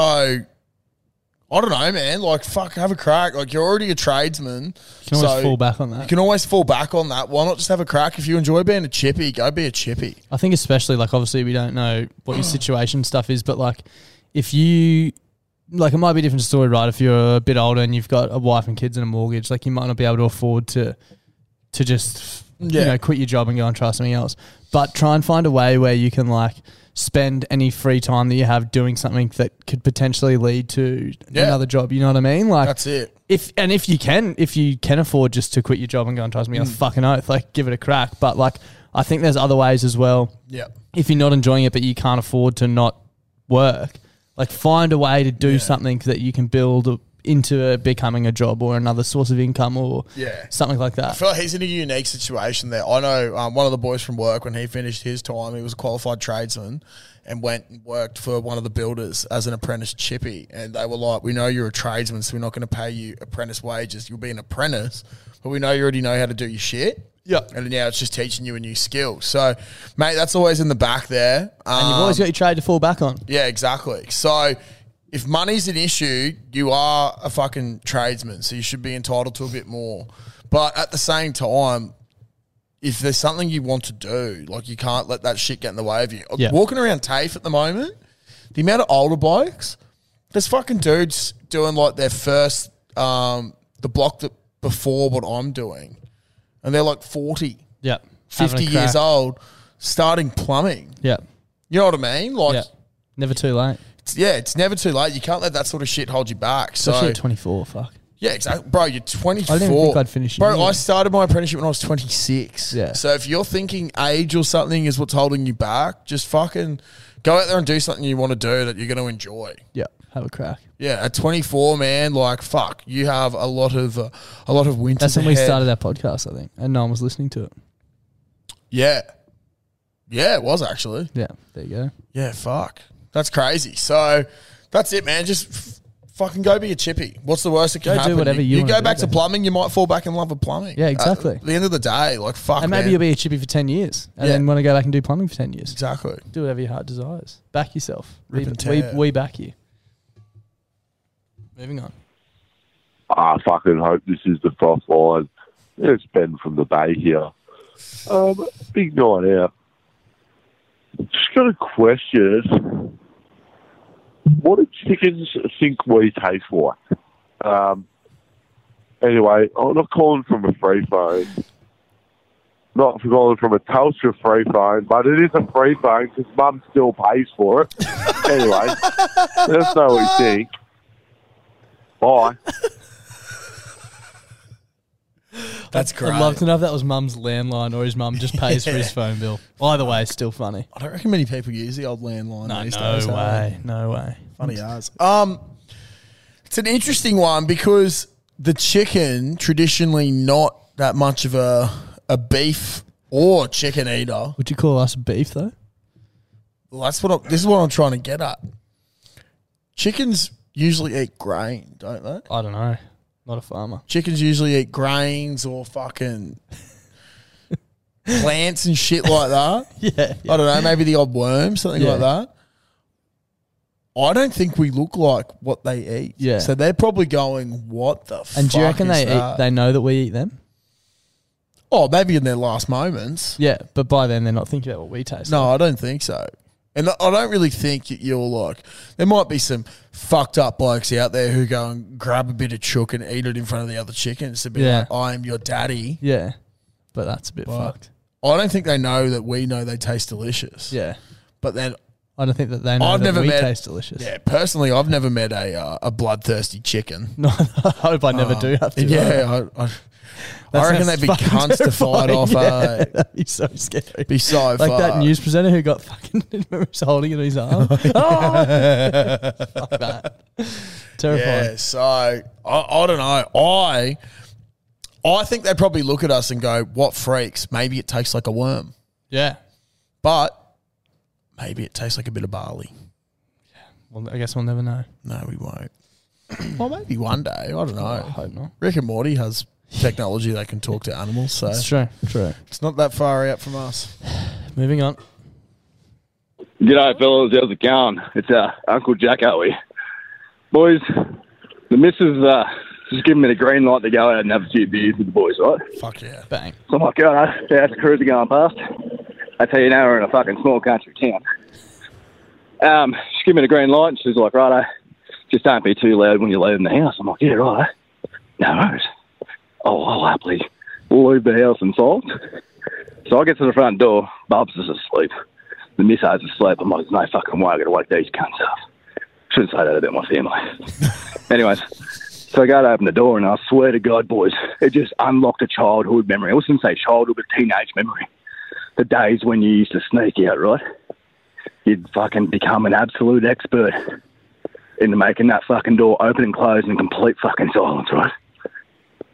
Speaker 2: I don't know, man. Like, fuck, have a crack. Like, you're already a tradesman.
Speaker 1: You can always fall back on that.
Speaker 2: You can always fall back on that. Why not just have a crack? If you enjoy being a chippy, go be a chippy.
Speaker 1: I think especially like obviously we don't know what your situation stuff is, but like if you like it might be a different story, right? If you're a bit older and you've got a wife and kids and a mortgage, like you might not be able to afford to to just
Speaker 2: Yeah.
Speaker 1: you know quit your job and go and try something else. But try and find a way where you can like spend any free time that you have doing something that could potentially lead to
Speaker 2: Yeah.
Speaker 1: another job. You know what I mean? Like
Speaker 2: That's it.
Speaker 1: if and if you can, if you can afford just to quit your job and go and try something else,
Speaker 2: Mm.
Speaker 1: fucking oath, like give it a crack. But like, I think there's other ways as well.
Speaker 2: Yep.
Speaker 1: If you're not enjoying it, but you can't afford to not work, like find a way to do something that you can build into becoming a job or another source of income or
Speaker 2: Yeah.
Speaker 1: something like
Speaker 2: I
Speaker 1: that.
Speaker 2: feel like he's in a unique situation there. I know um, one of the boys from work, when he finished his time, he was a qualified tradesman and went and worked for one of the builders as an apprentice chippy. And they were like, We know you're a tradesman, so we're not going to pay you apprentice wages. You'll be an apprentice, but we know you already know how to do your shit. Yeah. And now it's just teaching you a new skill. So, mate, that's always in the back there. Um,
Speaker 1: and you've always got your trade to fall back on.
Speaker 2: Yeah, exactly. So if money's an issue, you are a fucking tradesman, so you should be entitled to a bit more. But at the same time, if there's something you want to do, like you can't let that shit get in the way of you.
Speaker 1: Yeah.
Speaker 2: Walking around TAFE at the moment, the amount of older blokes, there's fucking dudes doing like their first, um, the block that before what I'm doing, and they're like 40,
Speaker 1: Yeah.
Speaker 2: 50
Speaker 1: Having a crack.
Speaker 2: years old, starting plumbing.
Speaker 1: Yeah.
Speaker 2: You know what I mean? Like,
Speaker 1: yeah. Never too late.
Speaker 2: it's- yeah, it's never too late. You can't let that sort of shit hold you back. So
Speaker 1: Especially at 24. Fuck.
Speaker 2: yeah, exactly, bro. You're 24.
Speaker 1: I didn't even think I'd finish
Speaker 2: Bro,
Speaker 1: uni.
Speaker 2: I started my apprenticeship when I was 26.
Speaker 1: Yeah.
Speaker 2: So if you're thinking age or something is what's holding you back, just fucking go out there and do something you want to do that you're going to enjoy.
Speaker 1: Yeah. Have a crack.
Speaker 2: Yeah, at 24, man, like fuck, you have a lot of uh, a lot of winters.
Speaker 1: That's when we
Speaker 2: ahead.
Speaker 1: started our podcast, I think, and no one was listening to it.
Speaker 2: Yeah, yeah, it was actually.
Speaker 1: Yeah. There you go.
Speaker 2: Yeah, fuck. That's crazy. So that's it, man. Just f- fucking go be a chippy. What's the worst that can
Speaker 1: Go do
Speaker 2: happen?
Speaker 1: whatever you wanna
Speaker 2: go
Speaker 1: do,
Speaker 2: back to
Speaker 1: bro.
Speaker 2: plumbing, you might fall back in love with plumbing.
Speaker 1: Yeah,
Speaker 2: At
Speaker 1: exactly.
Speaker 2: the end of the day, like fuck.
Speaker 1: and maybe
Speaker 2: man.
Speaker 1: you'll be a chippy for 10 years and
Speaker 2: Yeah.
Speaker 1: then want to go back and do plumbing for 10 years.
Speaker 2: Exactly.
Speaker 1: Do whatever your heart desires. Back yourself. We,
Speaker 2: Rip and
Speaker 1: we,
Speaker 2: tear.
Speaker 1: we back you. Moving on.
Speaker 11: I fucking hope this is the top line. It's Ben from the Bay here. Um, big night out. Just got a question. What do chickens think we taste like? Um, anyway, I'm not calling from a free phone. Not calling from a Telstra free phone, but it is a free phone because Mum still pays for it. anyway, <laughs> that's know what you think. Bye.
Speaker 2: That's
Speaker 1: great. I'd love to know if that was mum's landline or his mum
Speaker 2: <laughs>
Speaker 1: just pays for his
Speaker 2: Yeah.
Speaker 1: phone bill. Either way, it's still funny.
Speaker 2: I don't reckon many people use the old landline
Speaker 1: No,
Speaker 2: these
Speaker 1: no
Speaker 2: days. huh?
Speaker 1: way. No way.
Speaker 2: Funny ours. Um, it's an interesting one because the chicken traditionally not that much of a a beef or chicken eater.
Speaker 1: Would you call us beef, though?
Speaker 2: Well, that's what I'm, this is what I'm trying to get at. Chickens usually eat grain, don't they?
Speaker 1: I don't know. Not a farmer.
Speaker 2: Chickens usually eat grains or fucking plants and shit like that.
Speaker 1: <laughs> Yeah,
Speaker 2: I don't know, maybe the odd worm, something
Speaker 1: Yeah.
Speaker 2: like that. I don't think we look like what they eat.
Speaker 1: Yeah.
Speaker 2: So they're probably going, what the fuck?
Speaker 1: And do you reckon
Speaker 2: is
Speaker 1: they
Speaker 2: that?
Speaker 1: eat, they know that we eat them?
Speaker 2: Oh, maybe in their last moments.
Speaker 1: Yeah, but by then they're not thinking about what we taste.
Speaker 2: No, I don't think so. And I I don't really think that you're like, there might be some fucked up blokes out there who go and grab a bit of chook and eat it in front of the other chickens to be
Speaker 1: Yeah.
Speaker 2: like, I am your daddy.
Speaker 1: Yeah. But that's a bit
Speaker 2: But
Speaker 1: fucked.
Speaker 2: I don't think they know that we know they taste delicious.
Speaker 1: Yeah.
Speaker 2: But then
Speaker 1: I don't think that they know
Speaker 2: I've
Speaker 1: that
Speaker 2: never
Speaker 1: we
Speaker 2: met,
Speaker 1: taste delicious.
Speaker 2: Yeah, personally, I've never met a uh, a bloodthirsty chicken.
Speaker 1: <laughs> No, I hope I never
Speaker 2: Um,
Speaker 1: do have to.
Speaker 2: Yeah, I, I, I reckon they'd be cunts to
Speaker 1: <laughs>
Speaker 2: fight off.
Speaker 1: Yeah,
Speaker 2: Uh,
Speaker 1: that'd be so scary.
Speaker 2: be so
Speaker 1: like that
Speaker 2: fucked.
Speaker 1: news presenter who got fucking <laughs> remember he was holding it in
Speaker 2: <laughs>
Speaker 1: his arm. oh, fuck that. Terrifying.
Speaker 2: Yeah, so I, I don't know. I I think they probably look at us and go, "What freaks? Maybe it tastes like a worm,
Speaker 1: <laughs> Yeah.
Speaker 2: but maybe it tastes like a bit of barley."
Speaker 1: Well, I guess we'll never know.
Speaker 2: No, we won't. <clears throat> well, maybe one day. I don't know. I
Speaker 1: hope not.
Speaker 2: Rick and Morty has technology they can talk to animals, so
Speaker 1: That's true. True.
Speaker 2: it's not that far out from us. <sighs>
Speaker 1: Moving on.
Speaker 12: G'day, fellas. How's it going? It's uh, Uncle Jacko here. Boys, the missus uh, just giving me the green light to go out and have a few beers with the boys, right?
Speaker 2: Fuck yeah.
Speaker 1: Bang.
Speaker 12: So I'm like, God, that's the cruiser going past. I tell you now, we're in a fucking small country town. Um, she's giving me the green light, and she's like, righto, just don't be too loud when you're leaving the house. I'm like, yeah, right. No worries. Oh, I'll happily we'll leave the house in silence. So I get to the front door. Bubs is asleep. The missile's asleep. I'm like, there's no fucking way I'm going to wake these cunts up. Shouldn't say that about my family. <laughs> Anyways, so I go to open the door, and I swear to God, boys, it just unlocked a childhood memory. I wouldn't say childhood, but teenage memory. The days when you used to sneak out, right? You'd fucking become an absolute expert in making that fucking door open and close in complete fucking silence, right?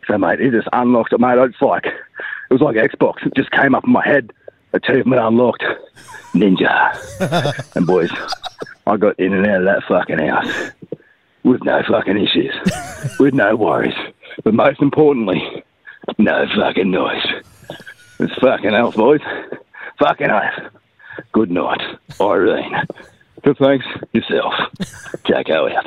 Speaker 12: So, mate, it just unlocked it, mate. It's like, it was like Xbox. It just came up in my head. Achievement unlocked. Ninja. <laughs> and, boys, I got in and out of that fucking house with no fucking issues, with no worries, but most importantly, no fucking noise. It's fucking elf, boys. Fucking elf. Good night, Irene. But thanks, yourself. Jacko out.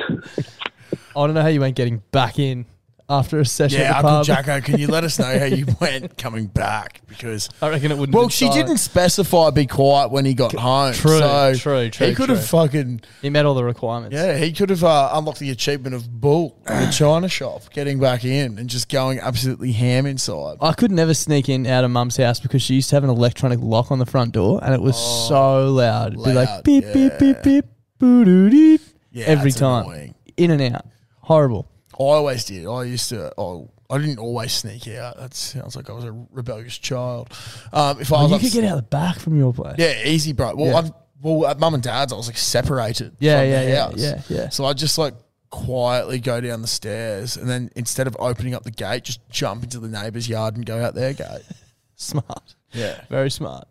Speaker 1: I don't know how you weren't getting back in after a session
Speaker 2: Yeah,
Speaker 1: at the
Speaker 2: Uncle
Speaker 1: pub.
Speaker 2: Jacko, can you let us know how
Speaker 1: <laughs>
Speaker 2: you went coming back? Because
Speaker 1: I reckon it wouldn't.
Speaker 2: Well,
Speaker 1: have been
Speaker 2: she
Speaker 1: silent.
Speaker 2: didn't specify be quiet when he got home.
Speaker 1: True,
Speaker 2: so
Speaker 1: true, true,
Speaker 2: He could have
Speaker 1: true.
Speaker 2: fucking
Speaker 1: He met all the requirements.
Speaker 2: yeah. He could have uh, unlocked the achievement of Bull in
Speaker 1: <clears throat>
Speaker 2: the China shop, getting back in and just going absolutely ham inside.
Speaker 1: I could never sneak in out of mum's house because she used to have an electronic lock on the front door and it was so loud. It'd be like
Speaker 2: Oh, loud,
Speaker 1: beep, beep, beep, beep, boo doo doo. Every
Speaker 2: it's
Speaker 1: time.
Speaker 2: annoying.
Speaker 1: In and out. Horrible.
Speaker 2: I always did. I used to. Oh, I didn't always sneak out. That sounds like I was a rebellious child. Um, if I was
Speaker 1: Well, Oh, you
Speaker 2: up-
Speaker 1: could get out the back from your place.
Speaker 2: yeah,
Speaker 1: <sighs>
Speaker 2: easy, bro. Well,
Speaker 1: Yeah.
Speaker 2: I've, well, at mum and dad's, I was like separated.
Speaker 1: Yeah,
Speaker 2: from
Speaker 1: yeah,
Speaker 2: the
Speaker 1: yeah,
Speaker 2: house.
Speaker 1: yeah, yeah.
Speaker 2: So I just like quietly go down the stairs, and then instead of opening up the gate, just jump into the neighbour's yard and go out their gate.
Speaker 1: <laughs> Smart.
Speaker 2: Yeah,
Speaker 1: Very smart.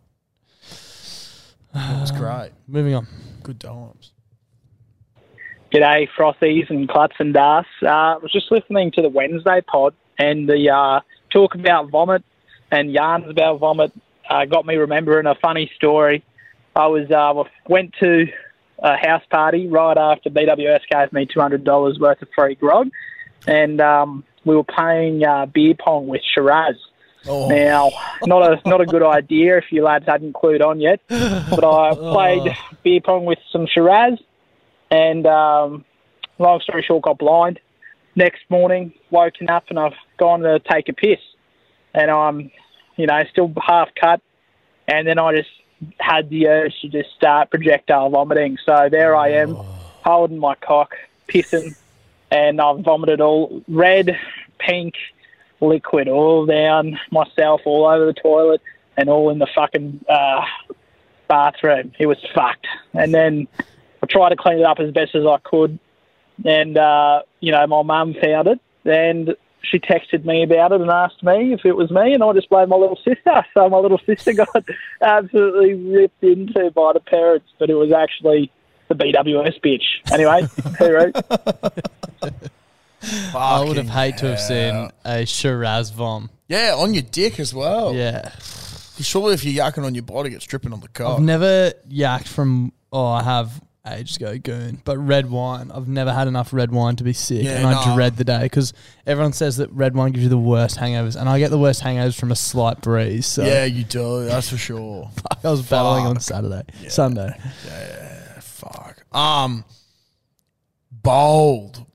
Speaker 1: Um,
Speaker 2: it was great.
Speaker 1: Moving on.
Speaker 2: Good times.
Speaker 7: G'day, Frothies and Cluts and Das. Uh, I was just listening to the Wednesday pod and the uh, talk about vomit and yarns about vomit uh, got me remembering a funny story. I was uh, went to a house party right after BWS gave me $200 worth of free grog, and um, we were playing uh, beer pong with Shiraz.
Speaker 2: Oh.
Speaker 7: Now, not a not a good idea if you lads hadn't clued on yet, but I played beer pong with some Shiraz and um, long story short, got blind. Next morning, woken up and I've gone to take a piss, and I'm, you know, still half cut, and then I just had the urge to just start projectile vomiting. So there I am, holding my cock, pissing, and I've vomited all red, pink, liquid all down myself, all over the toilet, and all in the fucking uh, bathroom. It was fucked. And then I tried to clean it up as best as I could. And, uh, you know, my mum found it and she texted me about it and asked me if it was me. And I just blamed my little sister. <laughs> So my little sister got <laughs> absolutely ripped into by the parents, but it was actually the BWS bitch. Anyway, <laughs> who wrote?
Speaker 1: I would have hated to have seen a Shiraz vom.
Speaker 2: Yeah, on your dick as well.
Speaker 1: Yeah.
Speaker 2: Surely if you're yakking on your body, it's dripping on the
Speaker 1: I've
Speaker 2: cock.
Speaker 1: never yacked from, oh, I have ages ago, goon. But red wine, I've never had enough red wine to be sick,
Speaker 2: Yeah,
Speaker 1: and I
Speaker 2: nah.
Speaker 1: dread the day because everyone says that red wine gives you the worst hangovers, and I get the worst hangovers from a slight breeze. So
Speaker 2: Yeah, you do. That's for sure.
Speaker 1: <laughs> I was battling on Saturday, Sunday.
Speaker 2: Um, bold,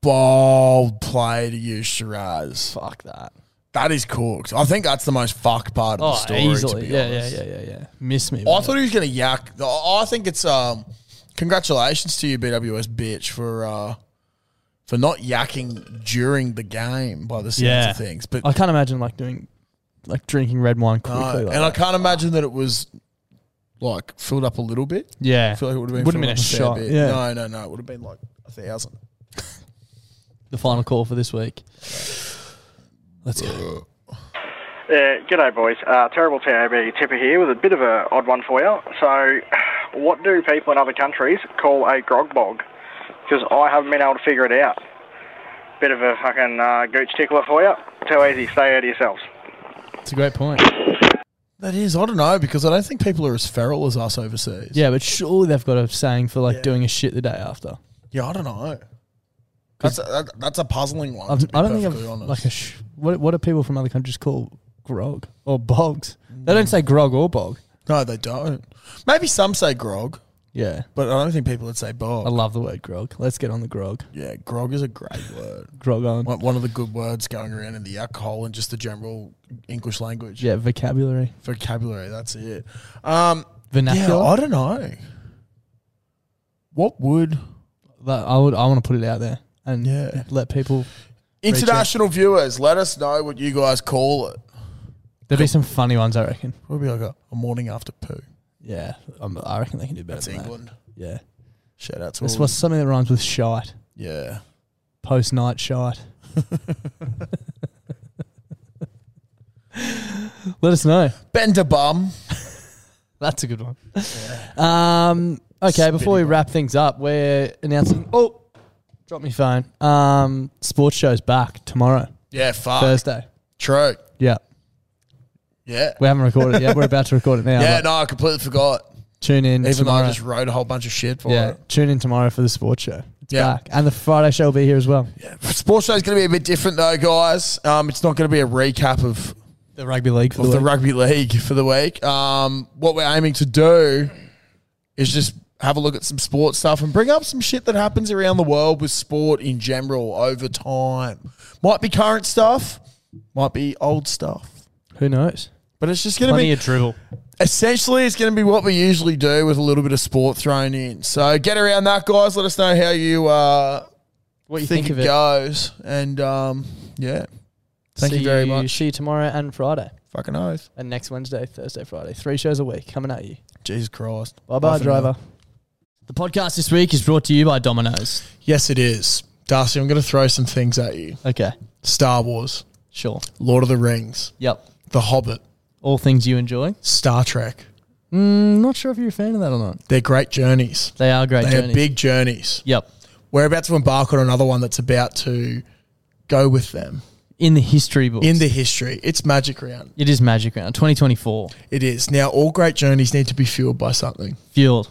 Speaker 2: bold play to you, Shiraz.
Speaker 1: Fuck that.
Speaker 2: That is cooked. I think that's the most fucked part of the
Speaker 1: Oh,
Speaker 2: story.
Speaker 1: easily.
Speaker 2: To be
Speaker 1: Yeah, yeah,
Speaker 2: honest.
Speaker 1: yeah, yeah, yeah. Miss me.
Speaker 2: I thought he was going to yak. I I think it's um, congratulations to you, BWS bitch, for uh, for not yakking during the game by the sounds of things. But
Speaker 1: I can't imagine like doing, like drinking red wine
Speaker 2: No,
Speaker 1: quickly. like
Speaker 2: and I
Speaker 1: that.
Speaker 2: can't imagine that it was like filled up a little bit.
Speaker 1: Yeah.
Speaker 2: I feel like it would have been
Speaker 1: Would've
Speaker 2: filled up
Speaker 1: been a
Speaker 2: fair
Speaker 1: shot,
Speaker 2: bit.
Speaker 1: yeah.
Speaker 2: No, no, no. It would have been like a thousand.
Speaker 1: the final call for this week.
Speaker 2: <sighs>
Speaker 1: Let's go.
Speaker 13: Uh, g'day, boys. Uh, terrible TAB tipper here with a bit of a odd one for you. So, what do people in other countries call a grog bog? Because I haven't been able to figure it out. Bit of a fucking uh, gooch tickler for you. Too easy. Stay out of yourselves.
Speaker 1: It's a great point.
Speaker 2: That is, I don't know, because I don't think people are as feral as us overseas.
Speaker 1: Yeah, but surely they've got a saying for like doing a shit the day after.
Speaker 2: Yeah, I don't know. That's a, that, that's a puzzling one.
Speaker 1: I've,
Speaker 2: to be
Speaker 1: I don't think
Speaker 2: perfectly
Speaker 1: I've
Speaker 2: honest.
Speaker 1: like a sh- what what do people from other countries call grog or bogs? They don't say grog or bog.
Speaker 2: Mm. No, they don't. Maybe some say grog,
Speaker 1: Yeah,
Speaker 2: but I don't think people would say bog.
Speaker 1: I love the word grog. Let's get on the grog.
Speaker 2: Yeah, grog is a great word.
Speaker 1: Grog on.
Speaker 2: One one of the good words going around in the alcohol and just the general English language.
Speaker 1: Yeah, vocabulary.
Speaker 2: Vocabulary, that's it. Um,
Speaker 1: Vernacular?
Speaker 2: Yeah, I don't know. What would
Speaker 1: But I would I want to put it out there and
Speaker 2: Yeah.
Speaker 1: let people reach out.
Speaker 2: International viewers, let us know what you guys call it.
Speaker 1: There'd be some funny ones, I reckon.
Speaker 2: It'll be like a, a morning after poo.
Speaker 1: Yeah, um, I reckon they can do better.
Speaker 2: That's
Speaker 1: than that.
Speaker 2: England.
Speaker 1: Yeah,
Speaker 2: Shout out to
Speaker 1: This
Speaker 2: all-
Speaker 1: was something that rhymes with shite.
Speaker 2: Yeah.
Speaker 1: Post night shite. Let us know.
Speaker 2: Bender bum.
Speaker 1: <laughs> That's a good one. Um, okay, before we wrap things up, we're announcing. Oh, drop me phone. Um, sports show's back tomorrow.
Speaker 2: Yeah, fuck.
Speaker 1: Thursday.
Speaker 2: True.
Speaker 1: Yeah,
Speaker 2: Yeah.
Speaker 1: we haven't recorded it yet. We're about to record it now.
Speaker 2: Yeah,
Speaker 1: but
Speaker 2: no, I completely forgot.
Speaker 1: Tune in
Speaker 2: Even
Speaker 1: tomorrow.
Speaker 2: though I just wrote a whole bunch of shit for
Speaker 1: yeah,
Speaker 2: it.
Speaker 1: tune in tomorrow for the sports show. It's
Speaker 2: Yeah.
Speaker 1: back, and the Friday show will be here as well.
Speaker 2: Sports show is going to be a bit different though, guys. Um, it's not going to be a recap of
Speaker 1: the rugby league for
Speaker 2: of
Speaker 1: the
Speaker 2: the,
Speaker 1: week.
Speaker 2: rugby league for the week. Um, what we're aiming to do is just have a look at some sports stuff and bring up some shit that happens around the world with sport in general over time. Might be current stuff, might be old stuff,
Speaker 1: Who knows?
Speaker 2: but it's just going to
Speaker 1: Plenty
Speaker 2: be
Speaker 1: of dribble.
Speaker 2: Essentially, it's going to be what we usually do with a little bit of sport thrown in. So get around that, guys. Let us know how you uh,
Speaker 1: what you think of it.
Speaker 2: goes, and um, yeah, thank
Speaker 1: See
Speaker 2: you very much.
Speaker 1: See you tomorrow and Friday.
Speaker 2: Fucking oath.
Speaker 1: And next Wednesday, Thursday, Friday. Three shows a week coming at you.
Speaker 2: Jesus Christ.
Speaker 1: Bye bye,
Speaker 2: Bye for
Speaker 1: driver. The podcast this week is brought to you by Domino's.
Speaker 2: Yes, it is, Darcy. I'm going to throw some things at you.
Speaker 1: Okay.
Speaker 2: Star Wars,
Speaker 1: sure.
Speaker 2: Lord of the Rings,
Speaker 1: Yep.
Speaker 2: The Hobbit,
Speaker 1: All things you enjoy.
Speaker 2: Star Trek.
Speaker 1: Mm, not sure if you're a fan of that or not.
Speaker 2: They're great journeys.
Speaker 1: They are great
Speaker 2: They
Speaker 1: journeys.
Speaker 2: are big journeys.
Speaker 1: Yep.
Speaker 2: We're about to embark on another one that's about to go with them
Speaker 1: In the history books.
Speaker 2: in the history. It's Magic Round.
Speaker 1: it is Magic Round 2024.
Speaker 2: It is. Now, all great journeys need to be fueled by something.
Speaker 1: Fueled.